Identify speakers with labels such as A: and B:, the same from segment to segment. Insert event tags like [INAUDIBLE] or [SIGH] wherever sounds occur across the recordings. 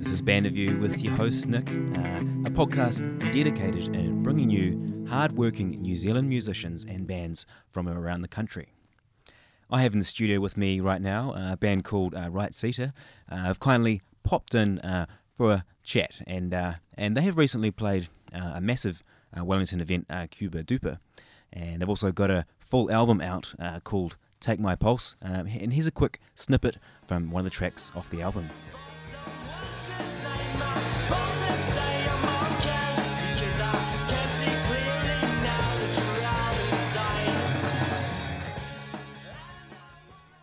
A: is Band of You with your host, Nick, uh, a podcast dedicated in bringing you hard-working New Zealand musicians and bands from around the country. I have in the studio with me right now a band called uh, Right Seater. Uh, have kindly popped in uh, for a chat, and uh, and they have recently played uh, a massive uh, Wellington event, uh, Cuba Duper, and they've also got a full album out uh, called Take My Pulse. Um, and here's a quick snippet from one of the tracks off the album.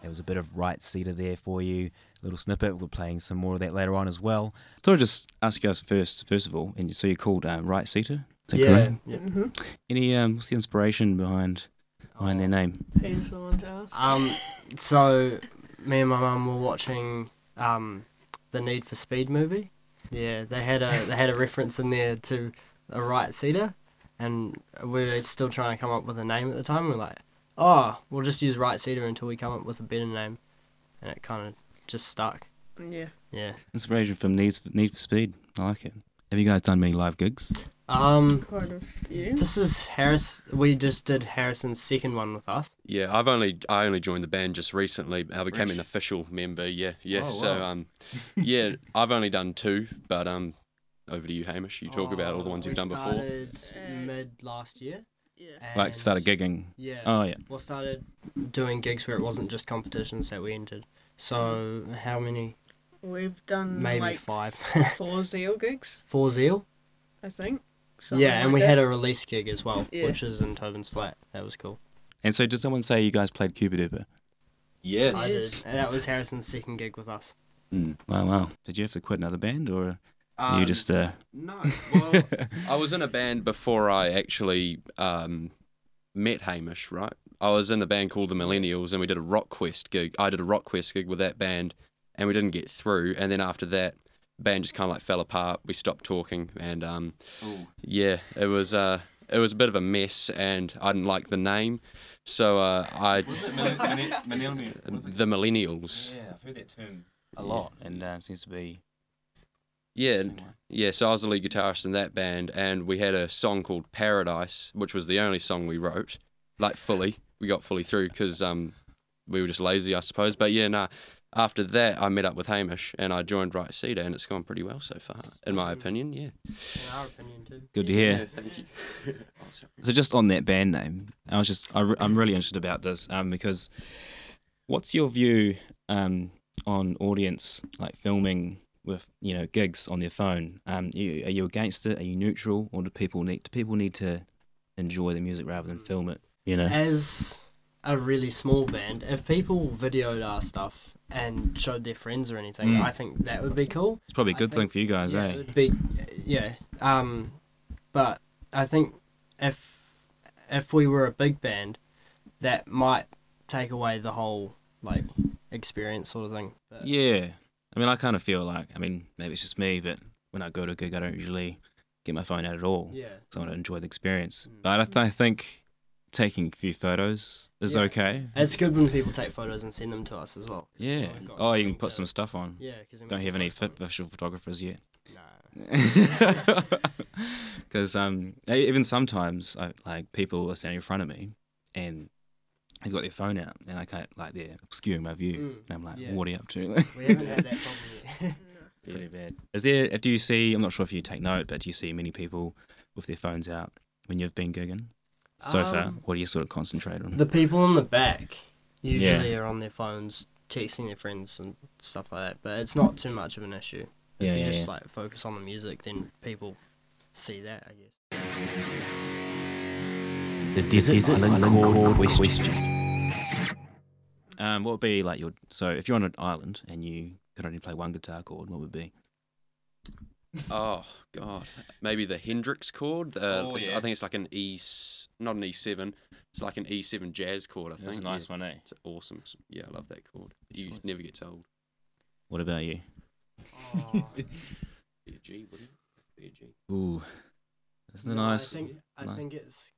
A: There was a bit of right seater there for you. Little snippet. We're playing some more of that later on as well.
B: Thought I'd just ask you guys first, first of all, and so you're called uh, Right Seater. Is that
C: Yeah,
B: correct?
C: yeah.
B: Any um, what's the inspiration behind behind
C: Oh.
B: their name?
A: [LAUGHS]
D: Who's the one to ask?
C: Um, so me and my mum were watching um, the Need for Speed movie. Yeah, they had a they had a reference in there to a right seater, and we were still trying to come up with a name at the time. We are like, oh, we'll just use right seater until we come up with a better name, and it kind of just stuck.
D: Yeah.
C: Yeah.
B: Inspiration from Need for, Need for Speed. I like it. Have you guys done many live gigs?
C: Um,
D: Quite a few.
C: this is Harris. We just did Harrison's second one with us.
E: Yeah, I've only I only joined the band just recently. I became an official member. Yeah, yeah.
C: Oh,
E: So
C: wow. [LAUGHS]
E: um, yeah, I've only done two, but um, over to you, Hamish. You talk about all the ones
C: we
E: you've done before.
C: started
D: Uh,
C: mid last year.
D: Yeah.
B: Like started
C: and-
B: gigging.
C: Yeah.
B: Oh yeah.
C: Well, started doing gigs where it wasn't just competitions that we entered. So how many?
D: We've done
C: Maybe
D: like
C: five. [LAUGHS]
D: four Zeal gigs,
C: Four Zeal.
D: I think.
C: yeah, and we had a release gig as well,
D: Yeah.
C: which is in Tobin's flat. That was cool.
B: And so did someone say you guys played Cuba Duper?
E: Yeah.
C: I
D: Yes.
C: did. And that was Harrison's second gig with us.
B: Wow, wow. Did you have to quit another band or you just uh
E: no. Well, [LAUGHS] I was in a band before I actually um, met Hamish. Right. I was in a band called the Millennials, and we did a rock quest gig. I did a rock quest gig with that band, and we didn't get through. And then after that, band just kind of like fell apart. We stopped talking, and um, Yeah, it was uh, it was a bit of a mess, and I didn't like the name, so uh, I the millennials.
B: Yeah, I've heard that term a lot and uh, seems to be
E: Yeah, and- yeah. So I was the lead guitarist in that band, and we had a song called Paradise, which was the only song we wrote, like fully. We got fully through because um, we were just lazy, I suppose. But yeah, nah. After that, I met up with Hamish, and I joined Right Cedar, and it's gone pretty well so far, in my opinion. Yeah.
C: In our opinion, too.
B: good to hear.
E: thank you.
B: So just on that band name, I was just I re- I'm really interested about this um, because what's your view um, on audience like filming with you know gigs on their phone? Um, you, are you against it? Are you neutral, or do people need do people need to enjoy the music rather than film it? You know,
C: As a really small band, if people videoed our stuff and showed their friends or anything,
B: Mm.
C: I think that would be cool.
B: it's probably a
C: I
B: good thing
C: think-
B: for you guys,
C: yeah,
B: eh?
C: it would be uh, yeah. Um, but I think if if we were a big band, that might take away the whole like experience sort of thing. But,
B: Yeah, I mean, I kind of feel like I mean maybe it's just me, but when I go to a gig, I don't usually get my phone out at all.
C: Yeah.
B: So I want to enjoy the experience.
C: Mm.
B: But I, th- I think taking a few photos is
C: Yeah.
B: okay.
C: It's good when people take photos and send them to us as well.
B: Yeah.
C: I've got
B: Oh, you can
C: something
B: put
C: to-
B: some stuff on.
C: Yeah, because
B: Don't have any fit visual
C: [LAUGHS]
B: photographers yet.
C: No.
B: [LAUGHS]
C: [LAUGHS]
B: Because um, e- even sometimes, I, like people are standing in front of me, and they've got their phone out, and I can't like they're obscuring my view,
C: Mm,
B: and I'm like,
C: yeah.
B: what are you up to? [LAUGHS]
C: We haven't had that problem yet. [LAUGHS]
B: Pretty bad. Is there? Do you see? I'm not sure if you take note, but do you see many people with their phones out when you've been gigging so far?
C: Um,
B: What do you sort of concentrate on?
C: the people in the back usually are on their phones texting their friends and stuff like that, but it's not too much of an issue. If
B: Yeah,
C: you
B: yeah,
C: just
B: yeah.
C: like focus on the music, then people see that, I guess.
A: The Desert, Island, Chord Question.
B: Um, what would be like your? So if you're on an island and you could only play one guitar chord, what would it be?
E: Oh God, maybe the Hendrix chord. Uh,
B: Oh,
E: it's-
B: yeah.
E: I think it's like an E, s- not an E seven. It's like an E seven jazz chord. I think. yeah.
B: one, eh?
E: It's awesome. It's- Yeah, I love that chord. You never gets old.
B: What about you?
E: Be a G, wouldn't it? Be a G.
B: [LAUGHS] Ooh, isn't it
C: No,
B: nice?
C: I think, I
B: ni-
C: think it's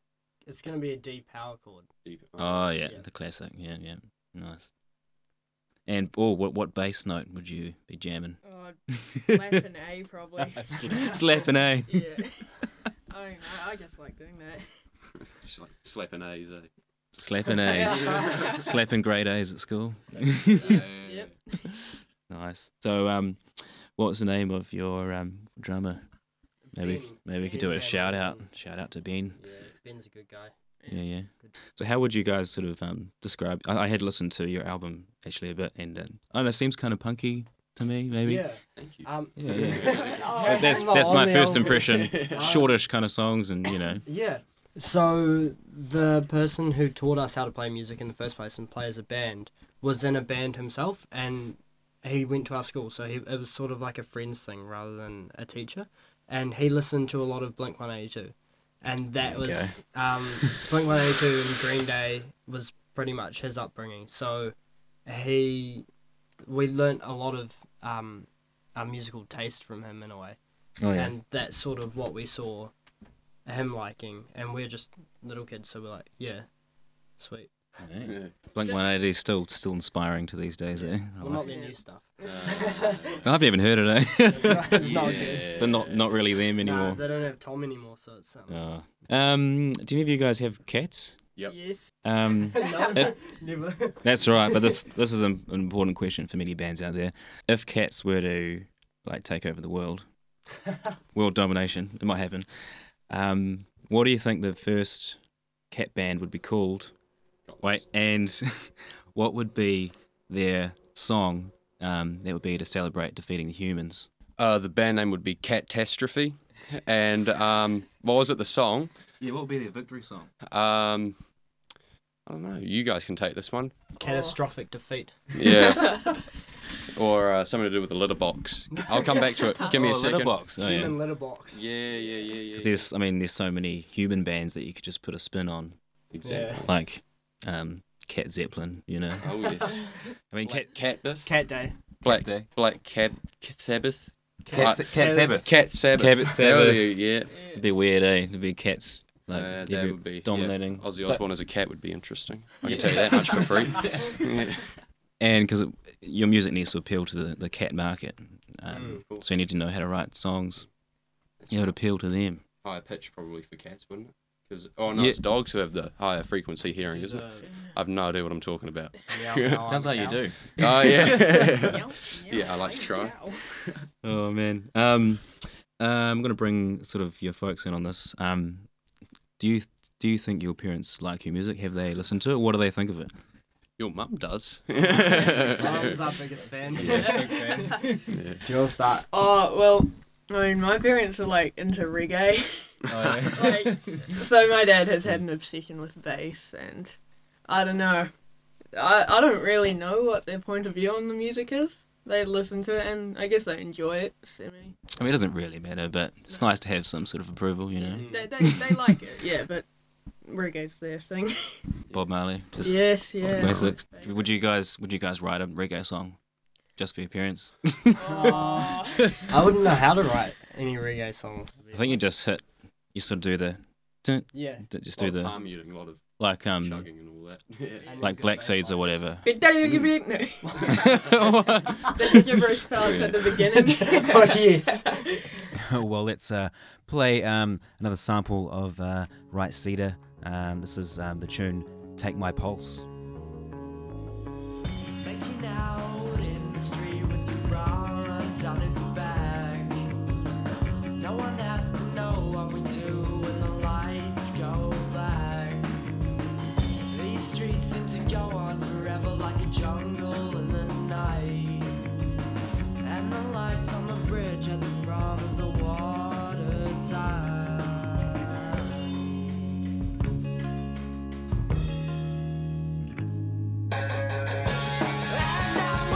C: it's gonna be a D power chord.
E: Deep.
B: oh yeah,
C: yeah.
B: the classic. Yeah, yeah, nice. And oh, what what bass note would you be jamming?
D: Oh, slap
B: [LAUGHS]
D: an A
C: [LAUGHS]
D: probably.
B: Slapping A.
D: yeah. [LAUGHS] I don't know. I just like doing that.
E: Just like slapping A's. Eh?
C: [LAUGHS]
B: Slapping A's.
D: [LAUGHS]
B: Slapping grade A's at school.
D: Yes, yep.
B: [LAUGHS] Nice. So, um, what's the name of your um, drummer? Maybe maybe we could do a
C: Ben
B: shout out.
C: Hamilton.
B: Shout out to Ben.
C: Yeah, Ben's a good guy.
B: Yeah, yeah. So, how would you guys sort of um, describe? I, I had listened to your album actually a bit, and uh, I don't know, it seems kind of punky to me. Maybe.
C: Yeah.
E: Thank you.
C: Um,
B: Yeah, yeah.
C: [LAUGHS] Oh,
B: But that's
C: it's not
B: that's
C: on
B: my
C: the
B: first
C: album. [LAUGHS]
B: impression. Shortish kind of songs, and you know.
C: Yeah. So the person who taught us how to play music in the first place and play as a band was in a band himself, and he went to our school. So he, it was sort of like a friends thing rather than a teacher. And he listened to a lot of Blink One Eighty Two, and that
B: There you
C: was um, Blink One Eighty Two and Green Day was pretty much his upbringing. So he we learnt a lot of um, our musical taste from him in a way
B: Oh
C: and that's sort of what we saw him liking and we're just little kids so we're like yeah sweet
E: Yeah.
B: Blink One Eighty is still still inspiring to these days. Eh? I
C: well
B: like
C: not
B: it.
C: their
D: Yeah.
C: new stuff
E: Uh,
B: I haven't even heard it. Eh?
C: [LAUGHS] it's not, [LAUGHS] it's not good
E: yeah.
B: so not not really them
C: Nah,
B: [LAUGHS] anymore.
C: they don't have tom anymore so it's um,
B: Oh. Um, do any of you guys have cats?
E: Yep.
D: Yes.
C: [LAUGHS]
B: Um,
C: no, never
B: that's right. But this this is an, an important question for many bands out there. If cats were to like take over the [LAUGHS] world, world domination, it might happen. Um, what do you think the first cat band would be called? Wait, and [LAUGHS] what would be their song? Um, that would be to celebrate defeating the humans.
E: Uh, the band name would be Catastrophe, and um, what was it? The song.
B: Yeah, what would be their victory song?
E: Um, I don't know. You guys can take this one.
C: [LAUGHS]
D: Oh,
C: catastrophic defeat
E: Yeah. or uh, something to do with the litter box. I'll come back to it. Give me a second.
B: Letterbox. Oh, yeah.
C: human litterbox
E: Yeah, yeah, yeah, yeah.
B: 'Cause There's, I mean, there's so many human bands that you could just put a spin on.
E: Exactly.
B: like um Cat Zeppelin, you know.
E: Oh yes.
B: I mean, Cat,
E: Black cat. This?
C: cat day
E: Black
F: Day.
E: Black cat. Cat Sabbath.
F: Cat,
E: Uh,
F: Sa- Cat Sabbath.
E: Cat Sabbath.
B: Cat Sabbath.
E: Yeah, yeah.
B: it'd be weird, eh? It'd be cats like
E: Uh, that
B: every-
E: would be yeah.
B: dominating,
E: Ozzy Osbourne as a cat would be interesting. I can tell you that much for free. [LAUGHS] Yeah.
B: and because your music needs to appeal to the, the cat market, um, so you need to know how to write songs. You know, to appeal to them.
E: Higher pitch probably for cats, wouldn't it? Because oh no,
B: Yeah.
E: it's dogs who have the higher frequency hearing, isn't it? I've no idea what I'm talking [LAUGHS] about.
B: [LAUGHS] Sounds like you do.
E: Oh [LAUGHS] yeah.
D: Meow,
E: Yeah, I like to try.
D: meow.
B: Oh man, um, uh, I'm gonna bring sort of your folks in on this. Um, do you do you think your parents like your music? Have they listened to it? What do they think of it?
E: Your mum [LAUGHS] does.
C: Mum's
B: [LAUGHS]
C: our biggest fan. [LAUGHS] Do you want to start?
D: Oh well, I mean, my parents are like into reggae. [LAUGHS] like, so my dad has had an obsession with bass, and I don't know. I I don't really know what their point of view on the music is. They listen to it, and I guess they enjoy it. Semi.
B: I mean, it doesn't really matter, but it's nice to have some sort of approval, you know.
D: They
C: Mm. [LAUGHS]
D: they, they like it, yeah. But reggae's their thing.
B: Bob Marley,
D: [LAUGHS]
B: just
D: yes, yeah.
B: basics. Would you guys would you guys write a reggae song just for your [LAUGHS] parents?
D: Aw.
C: [LAUGHS] I wouldn't know how to write any reggae songs.
B: I think you just hit you sort of do the dun,
C: Yeah.
B: dun, just do the
E: palm muting, a lot of
B: like um
E: chugging and all that. Yeah.
C: And
B: like
C: good
B: black
C: bass
B: seeds or
C: lines.
B: whatever. [LAUGHS]
C: [LAUGHS]
D: That's your Bruce Powers at the beginning.
C: [LAUGHS] oh
D: [LAUGHS]
C: yes.
A: well, let's uh, play um, another sample of uh, Right Cedar. Um, this is um, the tune Take My Pulse.
G: Making out in the street with your arms out in the back. No one has to know what we do when the lights go black. These streets seem to go on forever like a jungle in the night. And the lights on the bridge at the front of the water side. And I'm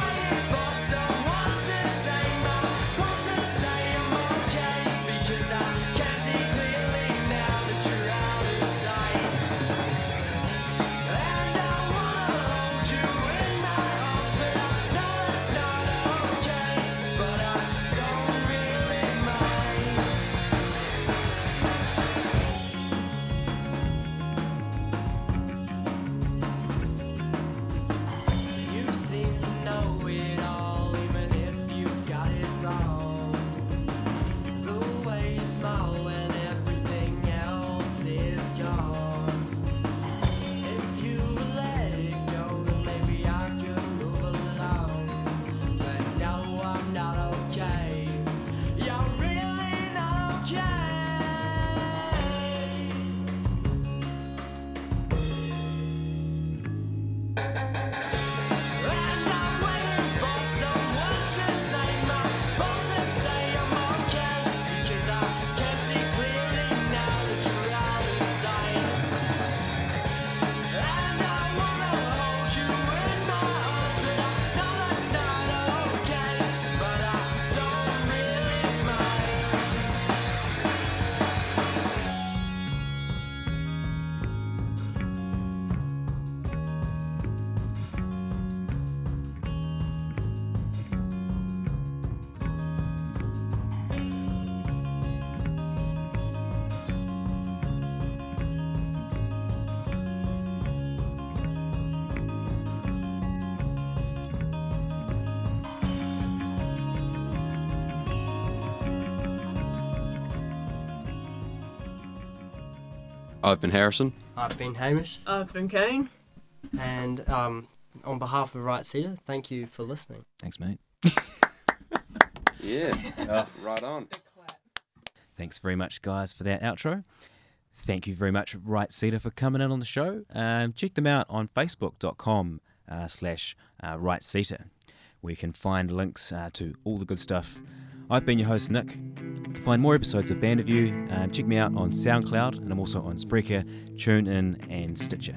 E: I've been Harrison.
C: I've been Hamish,
D: I've been Kane.
C: and um, on behalf of Right Cedar, thank you for listening.
B: Thanks, mate.
E: Yeah. [LAUGHS] right on.
A: Thanks very much, guys, for that outro. Thank you very much, Right Cedar, for coming in on the show. Um, check them out on facebook.com uh, slash uh, Right Cedar, where you can find links uh, to all the good stuff. I've been your host, Nick. To find more episodes of Band of You, um, check me out on SoundCloud, and I'm also on Spreaker, TuneIn, and Stitcher.